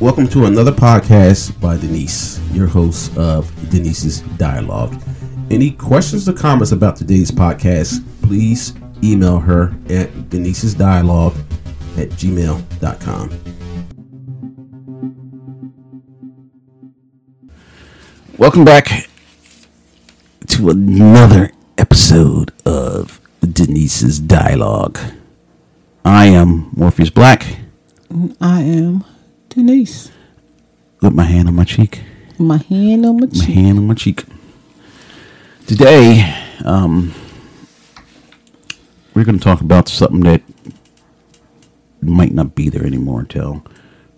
Welcome to another podcast by Denise, your host of Denise's Dialogue. Any questions or comments about today's podcast, please email her at Denise's Dialogue at gmail.com. Welcome back to another episode of Denise's Dialogue. I am Morpheus Black I am Denise. with my hand on my cheek. My hand on my my cheek. hand on my cheek. Today, um, we're going to talk about something that might not be there anymore until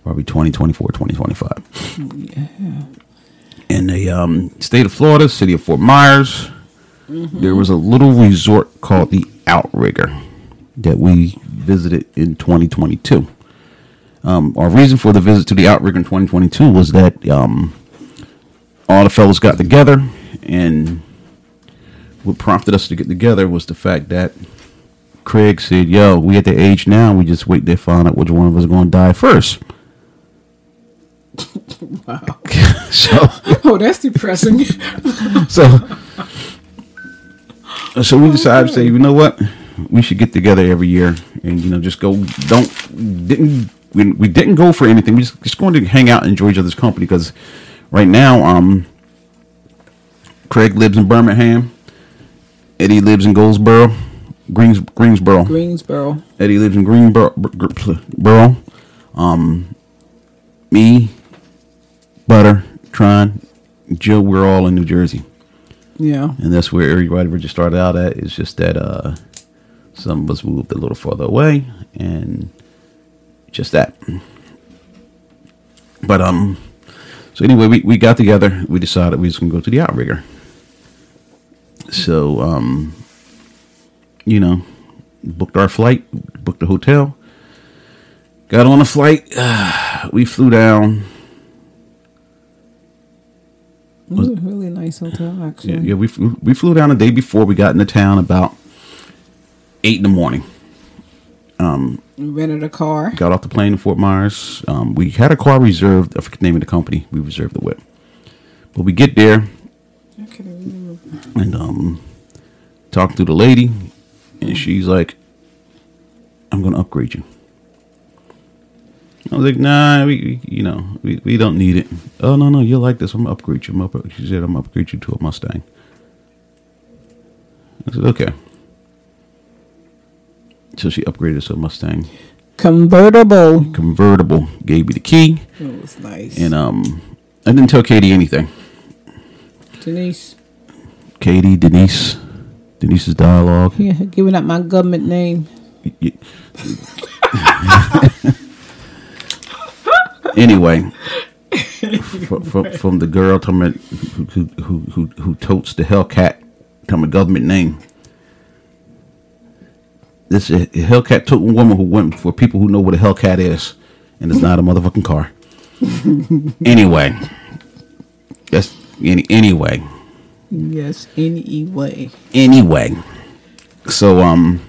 probably 2024, 2025. In the um, state of Florida, city of Fort Myers, Mm-hmm. there was a little resort called the Outrigger that we visited in 2022. Um, our reason for the visit to the Outrigger in 2022 was that um, all the fellas got together and what prompted us to get together was the fact that Craig said, "Yo, we at the age now. We just wait to find out which one of us going to die first. so, Oh, that's depressing. so, so we decided to say, you know what, we should get together every year and you know just go. Don't didn't we, we didn't go for anything. We just just going to hang out and enjoy each other's company because right now, um, Craig lives in Birmingham. Eddie lives in Goldsboro, Greens Greensboro. Greensboro. Eddie lives in Greenboro. Br- Gr- Borough. Um, me, Butter, Tron, Joe, we're all in New Jersey Yeah. and that's where everybody just started out at. It's just that uh, some of us moved a little further away, and just that. But um, so anyway, we, we got together. We decided we was gonna go to the outrigger. So um, you know, booked our flight, booked the hotel, got on a flight. we flew down. It was a really nice hotel, actually. Yeah, yeah we, flew, we flew down the day before. We got into town about eight in the morning. We rented a car. Got off the plane in Fort Myers. Um, we had a car reserved. I forget the name of the company. We reserved it with. But we get there I can't remember. and um, talk to the lady, and she's like, "I'm gonna upgrade you." I was like, "Nah, we, we you know, we, we don't need it." Oh no, no, you like this? I'm gonna upgrade you. I'm up- she said, "I'm gonna upgrade you to a Mustang." I said, "Okay." So she upgraded us to a Mustang Convertible. convertible. Gave me the key, It was nice. and um, I didn't tell Katie anything. Denise. Katie, Denise, Denise's dialogue. Yeah, giving up my government name. Y- anyway, from, from, from the girl talking about who, who, who, who totes the Hellcat, talking about government name. This is a Hellcat toting woman who went for people who know what a Hellcat is, and it's not a motherfucking car. anyway, that's any, anyway, Yes, anyway. anyway. So um,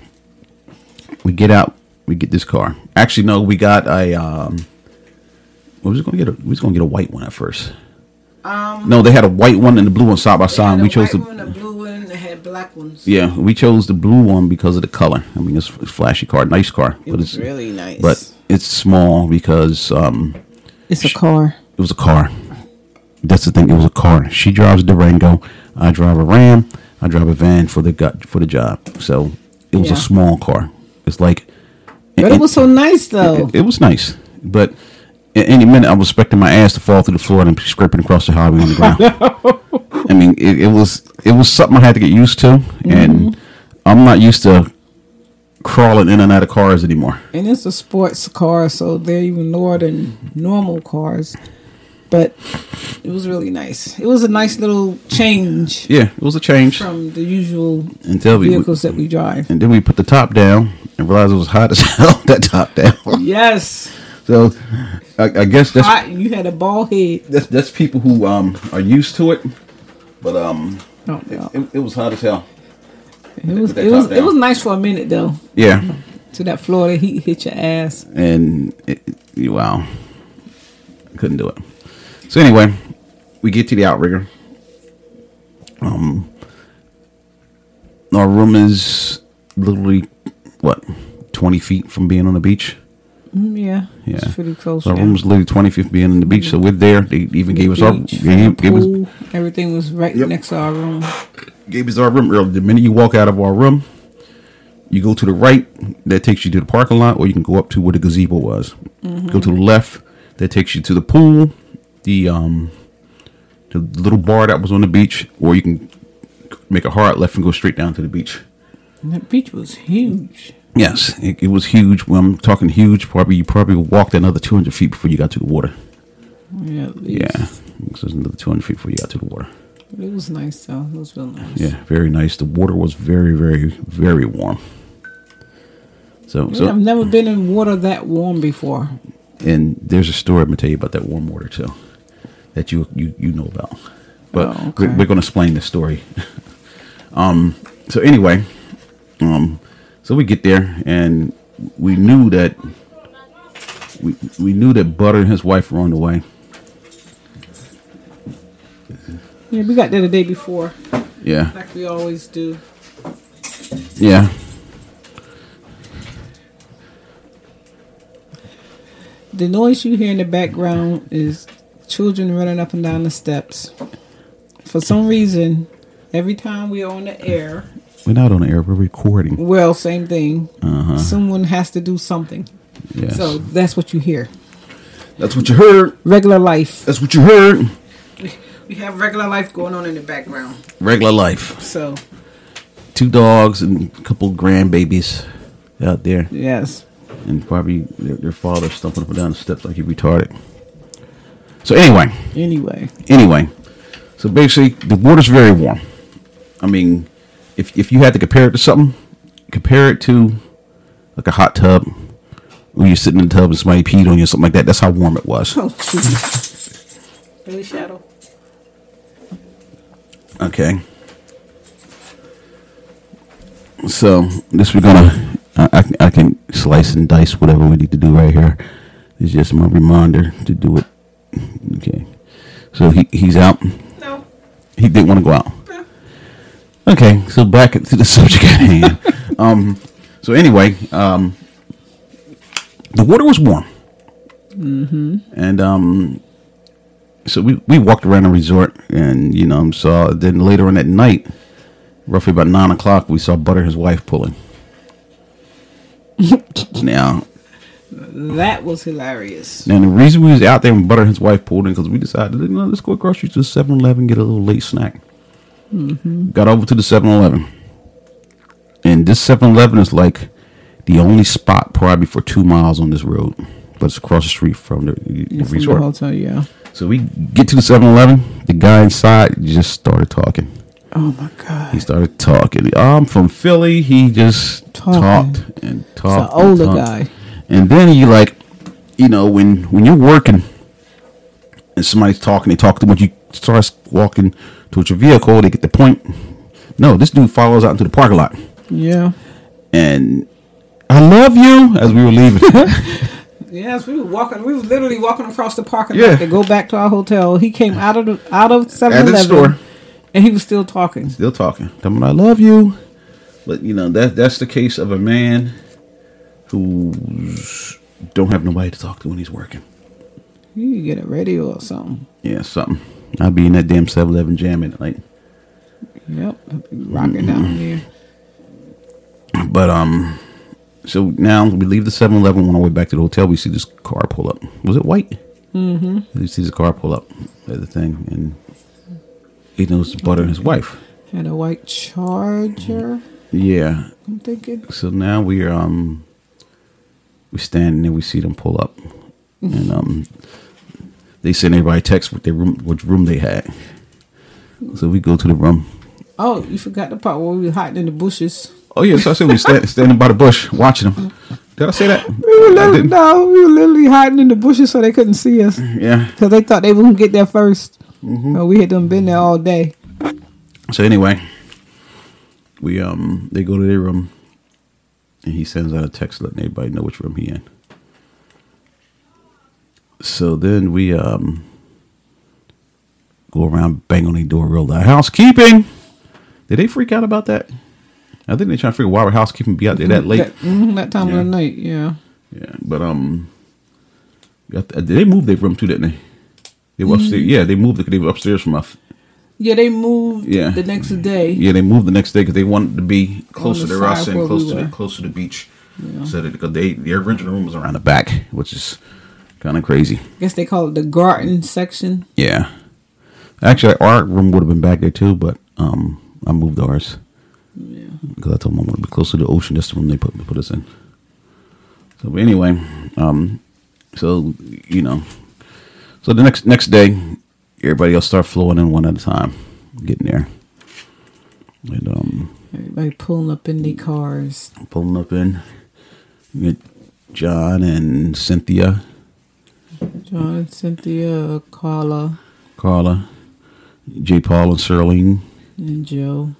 we get out. We get this car. Actually, no, we got a. Um, we was gonna get a. We was gonna get a white one at first. Um, no, they had a white one and the blue one side by side. and We chose the. one, a blue one, and had black ones. Yeah, we chose the blue one because of the color. I mean, it's a flashy car, nice car, It but was it's really nice. but it's small because um, it's a car. it was a car. That's the thing. It was a car. She drives a Durango. I drive a Ram. I drive a van for the gut for the job. So it was Yeah. a small car. It's like, But it was so nice, though. it, it was nice. But at any minute, I was expecting my ass to fall through the floor and be scraping across the highway on the ground. I mean, it, it was it was something I had to get used to, Mm-hmm. and I'm not used to crawling in and out of cars anymore. and it's a sports car, so they're even lower than normal cars. But it was really nice. It was a nice little change Yeah, it was a change from the usual until we vehicles that we drive. and then we put the top down and realized it was hot as hell that top down. Yes, So I, I guess that's hot. You had a bald head. that's that's people who um are used to it, but um Oh, it, no. it, it was hot as hell. It was that it was top it down. was nice for a minute though. Yeah, To that Florida heat hit your ass. and it, it- wow, couldn't do it. So anyway, we get to the outrigger. Um, our room is literally what twenty feet from being on the beach. Mm, yeah, Yeah. it's pretty close. So our yeah. room was literally twenty feet from being on the beach. So we're there. They even gave us our Beach, gave, gave us pool, everything was right Yep. next to our room. gave us our room early. The minute you walk out of our room, you go to the right, that takes you to the parking lot, or you can go up to where the gazebo was. Go to the left, that takes you to the pool, the um, the little bar that was on the beach, or you can make a hard left and go straight down to the beach. And that beach was huge. Yes, it, it was huge. When I'm talking huge, probably you probably walked another 200 feet before you got to the water. Yeah, at least. Yeah, this is another 200 feet before you got to the water. But it was nice though. It was real nice. Yeah, very nice. The water was very, very, very warm. So, I so mean, I've never been in water that warm before. and there's a story I'm gonna tell you about that warm water too, that you you you know about. But Oh, we're, okay. we're gonna explain the story. um. So anyway, um, so we get there and we knew that we we knew that Butter and his wife were on the way. Yeah, we got there the day before, Yeah, like we always do. yeah. The noise you hear in the background is children running up and down the steps. For some reason, every time we're on the air, We're not on the air. We're recording. well, same thing. Someone has to do something. Uh-huh. Yes. So that's what you hear. that's what you heard. Regular life. That's what you heard. We have regular life going on in the background. Regular life. So, two dogs and a couple grandbabies out there, yes. and probably their, their father stumping up and down the steps like he retarded. So anyway, Anyway, anyway, so basically the water's very warm. I mean, if if you had to compare it to something, compare it to like a hot tub when you're sitting in the tub and somebody peed on you or something like that. That's how warm it was. oh, jeez. Really, Shadow? Okay. So this we're gonna, I, I, can- I can slice and dice whatever we need to do right here. It's just my reminder to do it. Okay. So he, he's out. No. He didn't want to go out. Okay. So back to the subject at hand. um. So anyway, um, the water was warm. Mm-hmm. And um, so we, we walked around the resort and you know saw then later on that night roughly about nine o'clock we saw butter his wife pulling now That was hilarious. now the reason we was out there when butter his wife pulled in because we decided you know let's go across the street to 7-eleven get a little late snack Mm-hmm. got over to the 7-eleven and this 7-eleven is like the only spot probably for two miles on this road but it's across the street from the, the From the resort hotel, yeah. so we get to the 7-Eleven. The guy inside just started talking. Oh my God. He started talking. I'm from Philly. He just Talking. talked and talked. It's an older and guy. And then he like, you know, when when you're working and somebody's talking, they talk too much. You start walking towards your vehicle. They get the point. No, this dude follows out into the parking lot Yeah. and. I love you as we were leaving. Yes, we were walking. We were literally walking across the parking Yeah. lot to go back to our hotel. He came out of the, out of Seven store. Eleven, and he was still talking. Still talking. Tell me I love you. But you know, that that's the case of a man who don't have nobody to talk to when he's working. You could get a radio or something. Yeah, something. I'll be in that damn 7-Eleven jamming at night. Yep, rocking Mm-hmm. down there. But um so now we leave the 7-Eleven on our way back to the hotel, we see this car pull up. Was it white? Mm-hmm. We see this car pull up at the thing and he knows the butter and his wife. Had a white Charger. Yeah. I'm thinking. So now we're um we stand and we see them pull up, and um they send everybody a text with their room, which room they had. So we go to the room. Oh, you forgot the part where we were hiding in the bushes. Oh yeah, so I said we stand, standing by the bush watching them. Did I say that? I didn't. Mm. no, we were literally hiding in the bushes so they couldn't see us Yeah. because they thought they were gonna get there 1st Mm-hmm. But we had them been there all day. So anyway, we um they go to their room, and he sends out a text letting everybody know which room he in. So then we um go around bang on the door real loud. Housekeeping. Did they freak out about that? I think they trying to figure why would housekeeping be out there that late. That, mhm, that time Yeah. of the night, yeah. Yeah, but um, got the- they moved their room too, didn't they? They were upstairs. Mm-hmm. Yeah, they moved because they were upstairs from us. Yeah, they moved Yeah. the next day. Yeah, they moved the next day because they wanted to be closer the to us side and where close we to the, were. close to the beach. So that because they their original room was around the back, which is kind of crazy. I guess they call it the garden section. Yeah, actually, our room would have been back there too, but um, I moved ours Yeah. because I told them I want to be close to the ocean. That's the room they put put us in. So but anyway, um, so you know, so the next next day, everybody else start flowing in one at a time, getting there, and um, Everybody pulling up in their cars. pulling up in. You get John and Cynthia, John, Cynthia, Carla, Carla, J. Paul and Serlene, and Joe.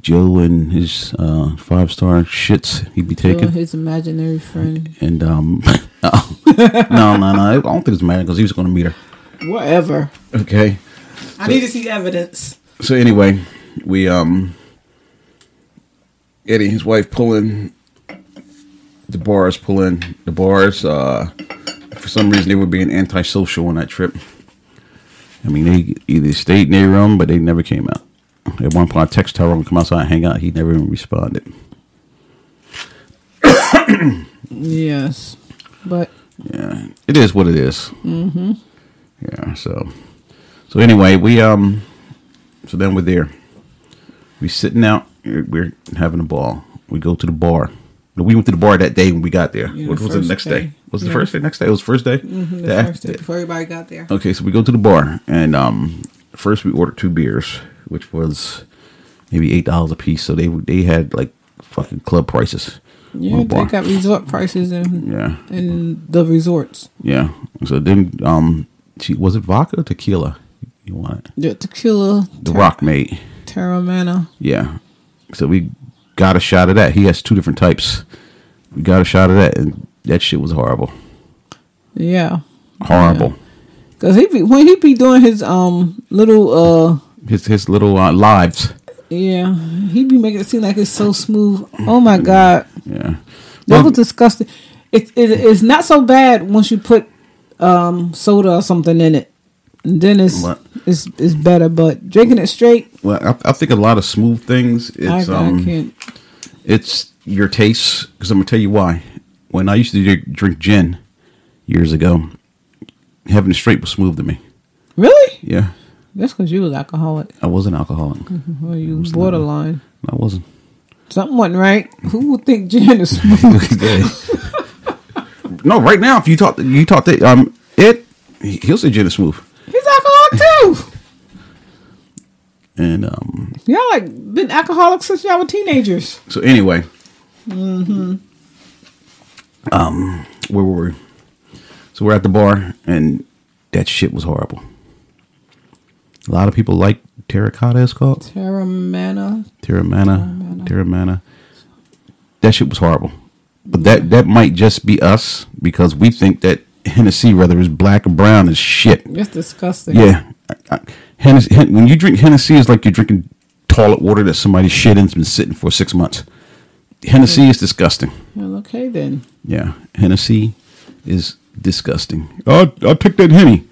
Joe and his uh, five star shits he'd be Joe taking. and his imaginary friend. And um, no, no, no, I don't think it's mad because he was going to meet her. Whatever. Okay. I need to see evidence. So anyway, we um, Eddie, and his wife pulling the bars, pulling the bars. Uh, for some reason, they were being antisocial on that trip. I mean, they either stayed in their room, but they never came out. At one point, I text Tyrone to come outside and hang out. He never even responded. Yes. But yeah, it is what it Mm-hmm. Yeah. So, so anyway, we um, so then we're there. We sitting out. We're we're having a ball. We go to the bar. No, We went to the bar that day when we got there. Yeah, Which the was the first next day? day. Was it the Yeah. first day? Next day? It was the first day. Mm-hmm, the first day before everybody got there. Okay, so we go to the bar, and um, first we ordered two beers, which was maybe eight dollars a piece. So they they had like fucking club prices. on Yeah, the bar. they got resort prices and yeah, and the resorts. Yeah. So then, um, she was it vodka or tequila? You want it? The tequila, The Rock made. Terramana. Yeah. So we got a shot of that. He has two different types. We got a shot of that, and that shit was horrible. Yeah. Horrible. Cause he be when he be doing his um little uh His his little uh, lives. yeah he be making it seem like it's so smooth. Oh my god, Yeah. that Well, was disgusting. It, it it's not so bad once you put um soda or something in it. And then it's What? it's it's better. But drinking it straight, well, I, I think a lot of smooth things. It's I, um, I can't. it's your tastes because I'm gonna tell you why. When I used to drink- drink gin years ago, having it straight was smooth to me. Really? Yeah, That's because you was alcoholic. I was an alcoholic. Well, you was borderline. I wasn't. Something wasn't right. Who would think gin is smooth? no, right now, if you talk, you talk that um, it he- he'll say Jenna Smooth, He's alcoholic too. and um, Y'all like been alcoholic since y'all were teenagers. so anyway, um, where were we? So we're at the bar, and that shit was horrible. A lot of people like terracotta. It's called Terramana. terramana, terramana. That shit was horrible, but that that might just be us because we think that Hennessy, whether it's black or brown, is shit. That's disgusting. Yeah, I, I, Hennessy, Hen- when you drink Hennessy, it's like you're drinking toilet water that somebody's shit and's been sitting for six months. Hennessy is disgusting. Well, okay then. Yeah, Hennessy is disgusting. I'll, I'll take that Henny.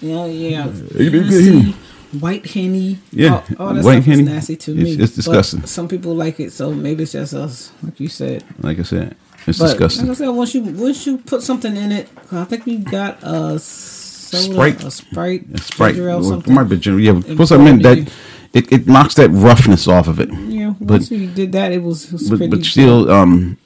Yeah, yeah. you didn't get Hennessy, Henny. White henny. Yeah, all, all that white stuff Henny. is nasty to It's- me. it's But disgusting. some people like it, so maybe it's just us, like you said. Like I said, it's But disgusting. like I said, once you once you put something in it, 'cause I think we got a soda, Sprite. a sprite, Yeah, Sprite, ginger ale, well, it something. might be ginger. Yeah, And plus I meant probably- that it, it knocks that roughness off of it. yeah, but once you did that, it was, it was but, pretty. but still, um,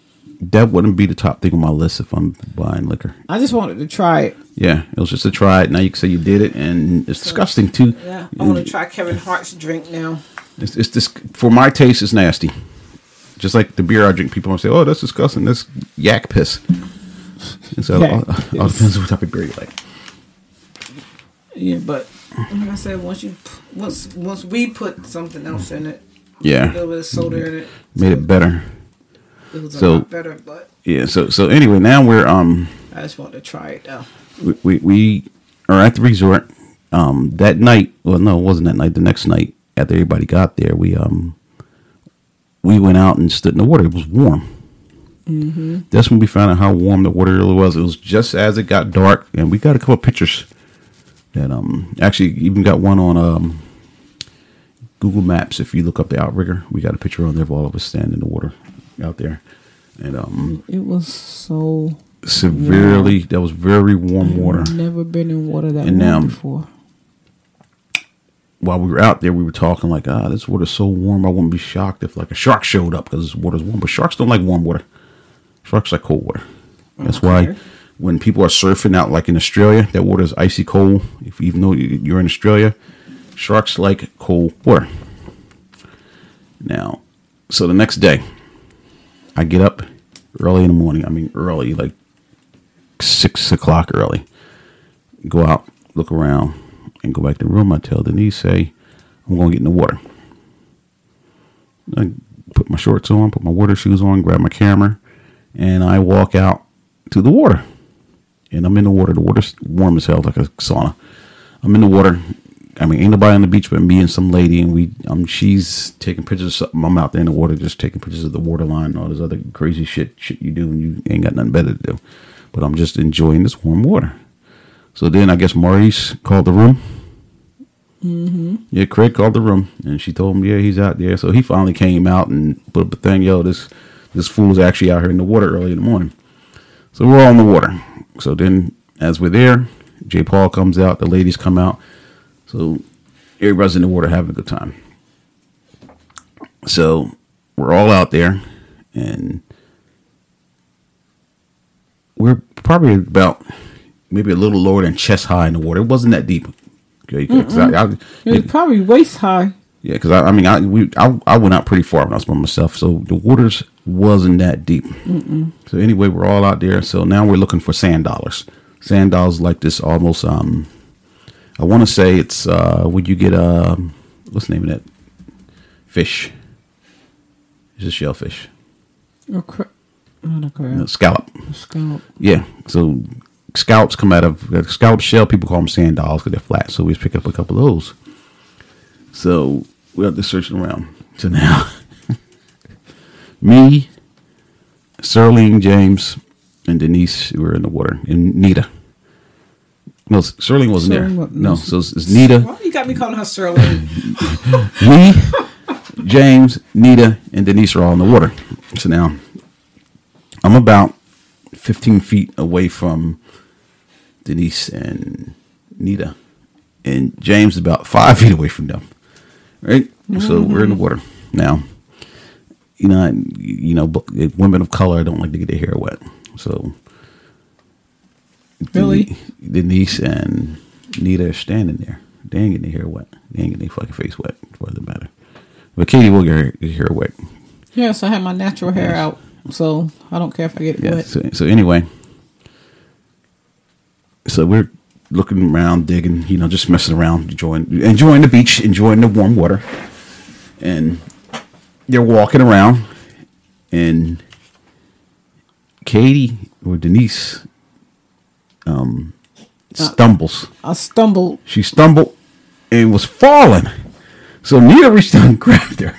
that wouldn't be the top thing on my list if I'm buying liquor. I just wanted to try it. Yeah, it was just a try. it. Now you can say you did it, and it's disgusting too. Yeah, I want to try Kevin Hart's drink now. It's, it's this for my taste. It's nasty. Just like the beer I drink, people don't say, "Oh, that's disgusting." That's yak piss. And so, it all, Yak piss. all depends on what type of beer you like. Yeah, but like I said, once you p- once once we put something else in it, a Yeah, little bit of soda in it, made it better. It was a So- lot better, but Yeah. So so anyway, now we're um I just wanted to try it though. we, we, we are at the resort. Um, that night, well, no, it wasn't that night. The next night, after everybody got there, we um, we went out and stood in the water. It was warm. That's when we found out how warm the water really was. It was just as it got dark, and we got a couple pictures. That um, actually, even got one on um, Google Maps. If you look up the outrigger, we got a picture on there of all of us standing in the water out there, and um, It was so. severely. That was very warm water. Never been in water that And, warm um, before. while we were out there, we were talking like, ah, this water's so warm. I wouldn't be shocked if like a shark showed up because this water's warm. But sharks don't like warm water. Sharks like cold water. That's why Okay. when people are surfing out like in Australia, that water is icy cold. If even though you- you're in Australia, sharks like cold water. Now, so the next day, I get up early in the morning. I mean, early, like six o'clock early. Go out, look around, and go back to the room. I tell Denise, say, I'm going to get in the water. I put my shorts on, put my water shoes on, grab my camera, and I walk out to the water. And I'm in the water. The water's warm as hell, like a sauna. I'm in the water. I mean, ain't nobody on the beach but me and some lady, and we, um, she's taking pictures of something. I'm out there in the water, just taking pictures of the water line and all this other crazy shit, shit you do when you ain't got nothing better to do. But I'm just enjoying this warm water. So then I guess Maurice called the room. Yeah, Craig called the room and she told him, yeah, he's out there. So he finally came out and put up a thing, yo, this this fool's actually out here in the water early in the morning. So we're all in the water. So then as we're there, J. Paul comes out, the ladies come out. So everybody's in the water having a good time. So we're all out there and we're probably about maybe a little lower than chest high in the water. It wasn't that deep. Okay, 'cause I- I- It was probably waist high. yeah, because I, I mean, I, we, I I went out pretty far when I was by myself, so the waters wasn't that deep. So anyway, we're all out there. So now we're looking for sand dollars. Sand dollars like this almost. Um, I want to say it's uh, would you get um, what's the name of that fish? It's a shellfish, Or cra- not a crab. a scallop. a scallop. Yeah. So scallops come out of uh, scallop shell. People call them sand dolls because they're flat. So we just pick up a couple of those. So we're out there searching around. So now, me, Serling James, and Denise were in the water, and Nita. No, Serling wasn't Serling there. wa- no, so it's, it's Nita, Why you got me calling her Sterling? me, James, Nita, and Denise are all in the water. So now I'm about 15 feet away from Denise and Nita, and James is about five feet away from them. Right? So we're in the water now. You know, I- you know, but women of color don't like to get their hair wet. So really? Denise and Nita are standing there. They ain't getting their hair wet. They ain't getting their fucking face wet, for the matter. But Katie will get her, her hair wet. Yes, I have my natural hair out, so I don't care if I get it Yeah. wet. So, so anyway, so we're looking around, digging, you know, just messing around, enjoying, enjoying the beach, enjoying the warm water, and they're walking around, and Katie or Denise um, stumbles. I stumbled. She stumbled and was falling. So Nita reached down and grabbed her.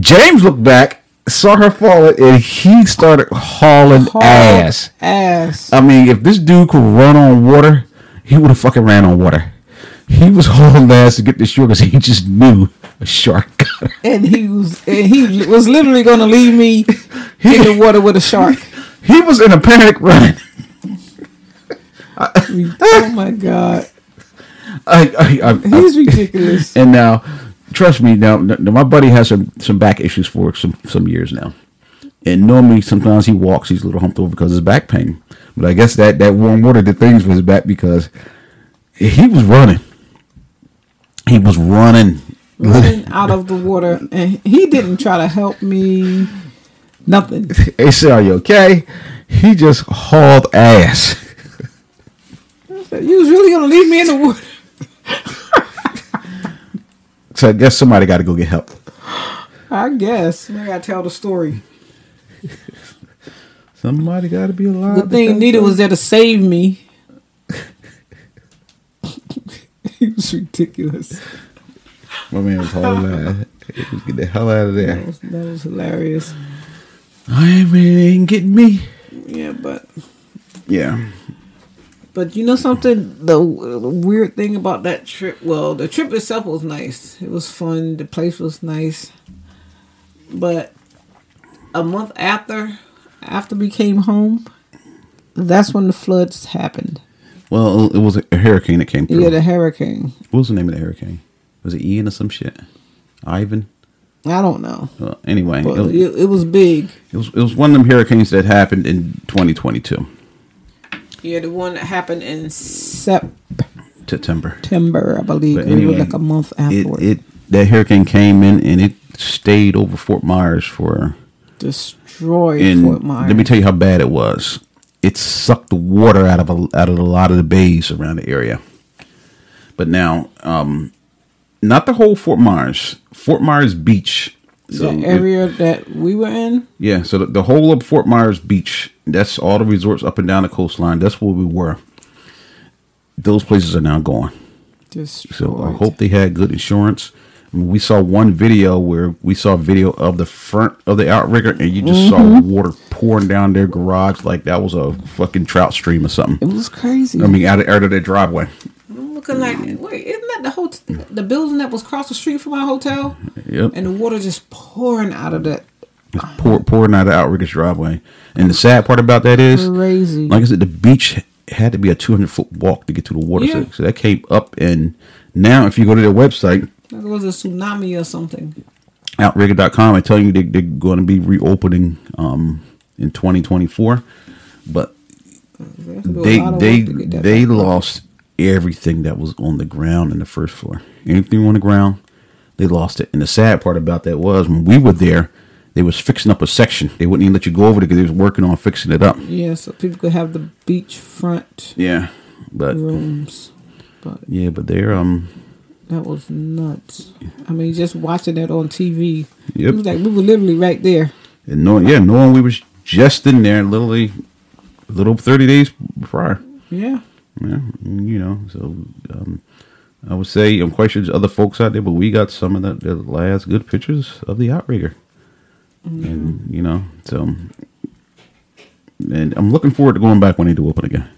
James looked back, saw her falling, and he started hauling Hard ass. Uh. Ass. I mean, if this dude could run on water, he would have fucking ran on water. He was hauling ass to get this shore because he just knew a shark got her. and he was and he was literally going to leave me in the water with a shark. He was in a panic running. oh my god, I, I, I, I- he's ridiculous. And now, trust me, now, now my buddy has some, some back issues for some, some years now. And normally, sometimes he walks, he's a little humped over because of his back pain. But I guess that, that warm water did things for his back because he was running. He was running. Running out of the water, and he didn't try to help me. Nothing. They said, Are you okay? He just hauled ass. You was really going to leave me in the water. So I guess somebody got to go get help. I guess. I gotta tell the story. So Somebody got to be alive. The to thing tell needed them. was there to save me. it was ridiculous. My man was hauling ass. He was Get the hell out of That there. was, that was hilarious. I ain't really ain't getting me. Yeah, but Yeah. but you know something? The w- weird thing about that trip. Well, the trip itself was nice. It was fun. The place was nice. But a month after, after we came home, that's when the floods happened. Well, it was a hurricane that came through. Yeah, the hurricane. what was the name of the hurricane? Was it Ian or some shit? Ivan? I don't know, Well, anyway, but it, was, it, it was big. it was it was one of them hurricanes that happened in 2022, Yeah, the one that happened in September, September. I believe. But it anyway, was like a month It, afterward. it that hurricane came in and it stayed over Fort Myers for destroyed and Fort Myers. let me tell you how bad it was. It sucked the water out of a, out of a lot of the bays around the area. But now, um, not the whole Fort Myers, Fort Myers Beach. So the it- area that we were in. yeah, so the, the whole of Fort Myers Beach, that's all the resorts up and down the coastline. That's where we were. Those places are now gone. Destroyed. So I hope they had good insurance. I mean, we saw one video where we saw a video of the front of the outrigger, and you just saw Mm-hmm. water pouring down their garage like that was a fucking trout stream or it something. was crazy. I mean, out of, out of their driveway. I'm looking like wait, isn't that the whole the building that was across the street from our hotel? Yep. And the water just pouring out of that. It's pour, pouring out of the outrigger's driveway. And the sad part about that is, Crazy. like I said, the beach had to be a 200 foot walk to get to the water. So- Yeah. So, that came up, and now if you go to their website, Like it was a tsunami or something. outrigger.com, I tell you they, they're going to be reopening um, in 2024. But There's a they lot of they work to get that they back. lost everything that was on the ground in the first floor. Anything on the ground, they lost it. And the sad part about that was when we were there, they was fixing up a section. They wouldn't even let you go over there because they was working on fixing it up. Yeah, so people could have the beachfront Yeah, but rooms, but yeah, but they're um That was nuts. I mean, just watching that on TV. Yep. It was like we were literally right there. and no yeah knowing we was just in there literally a little thirty days prior. Yeah. Yeah, you know, so um, I would say I'm quite sure there's other folks out there, but we got some of the, the last good pictures of the outrigger, Mm-hmm. and you know, so and I'm looking forward to going back when they do open again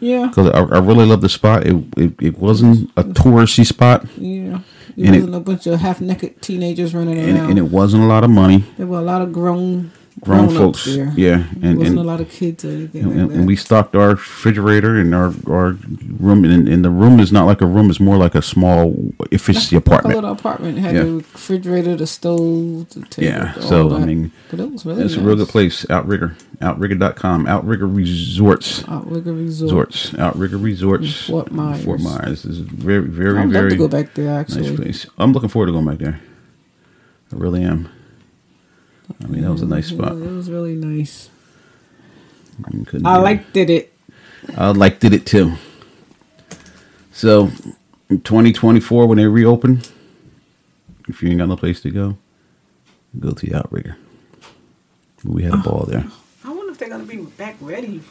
Yeah. because I, I really love the spot. It it, it wasn't a touristy spot, Yeah. It And it- wasn't a bunch of half naked teenagers running and, around. and it wasn't a lot of money. there were a lot of grown Grown grown folks, ups there. yeah, There and- and- wasn't a lot of kids or anything And, like and- that. and we stocked our refrigerator and our, our room, and, and the room is not like a room; it's more like a small efficiency Like a apartment. little apartment had Yeah. the refrigerator, the stove, the table. Yeah, all so, that. I mean, but it was really It's nice. a real good place. Outrigger. Outrigger.com. Outrigger Resorts. Outrigger Uh, Resort. Resorts. Outrigger Resorts. Fort Myers. Fort Myers. This is very, very, I'd love very to go back there actually. nice place. I'm looking forward to going back there. I really am. I mean, that was a nice spot. Yeah, it was really nice. Couldn't Mm-hmm. I do it. liked it. it I liked it too. So, in 2024, when they reopen, if you ain't got no place to go, go to the Outrigger. We Oh. had a ball there. I wonder if they're gonna be back ready.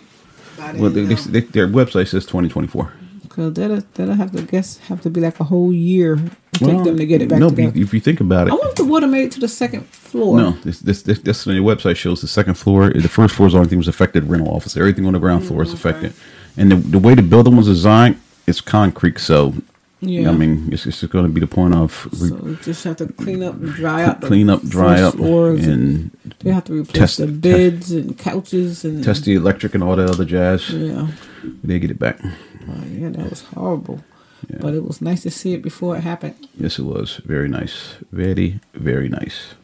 By then, Well, they, you they, know. they, their website says 2024. Cause that'll that'll have to guess have to be like a whole year to take them to get it back No, but together. if you think about it, I wonder if the water made it to the second floor. no. This this this, this on your website shows the second floor, the first floor is the only thing was affected. Rental office, everything on the ground floor Oh, is affected, and the, the way the building was designed, it's concrete, so. Yeah. I mean, it's, it's going to be the point of re- So we just have to clean up, and dry up, the clean up, dry first up, floors and they have to replace test- the test- beds and couches and test the electric and all that other jazz. Yeah, They get it back. Oh, yeah, that was horrible. But it was nice to see it before it happened. Yes, it was very nice, very very nice.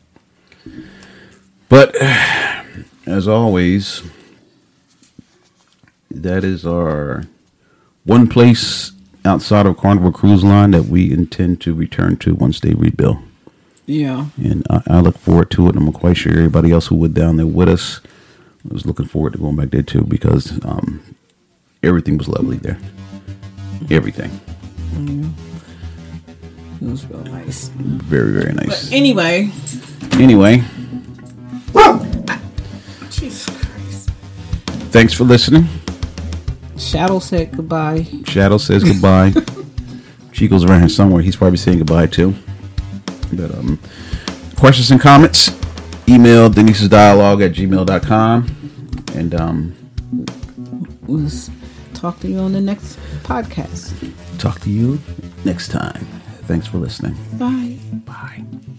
But as always, that is our one place outside of Carnival Cruise Line that we intend to return to once they rebuild, Yeah, and I, I look forward to it. And I'm quite sure everybody else who went down there with us was looking forward to going back there too because um, everything was lovely there. Everything, it was real nice. very very But nice. anyway, Anyway. Jesus Christ. Thanks for listening. Shadow said goodbye. Shadow says goodbye. Chico's around here somewhere. He's probably saying goodbye too. But um, questions and comments, email Denise's dialogue at gmail.com. And um, We'll s- talk to you on the next podcast. talk to you next time. Thanks for listening. Bye. Bye.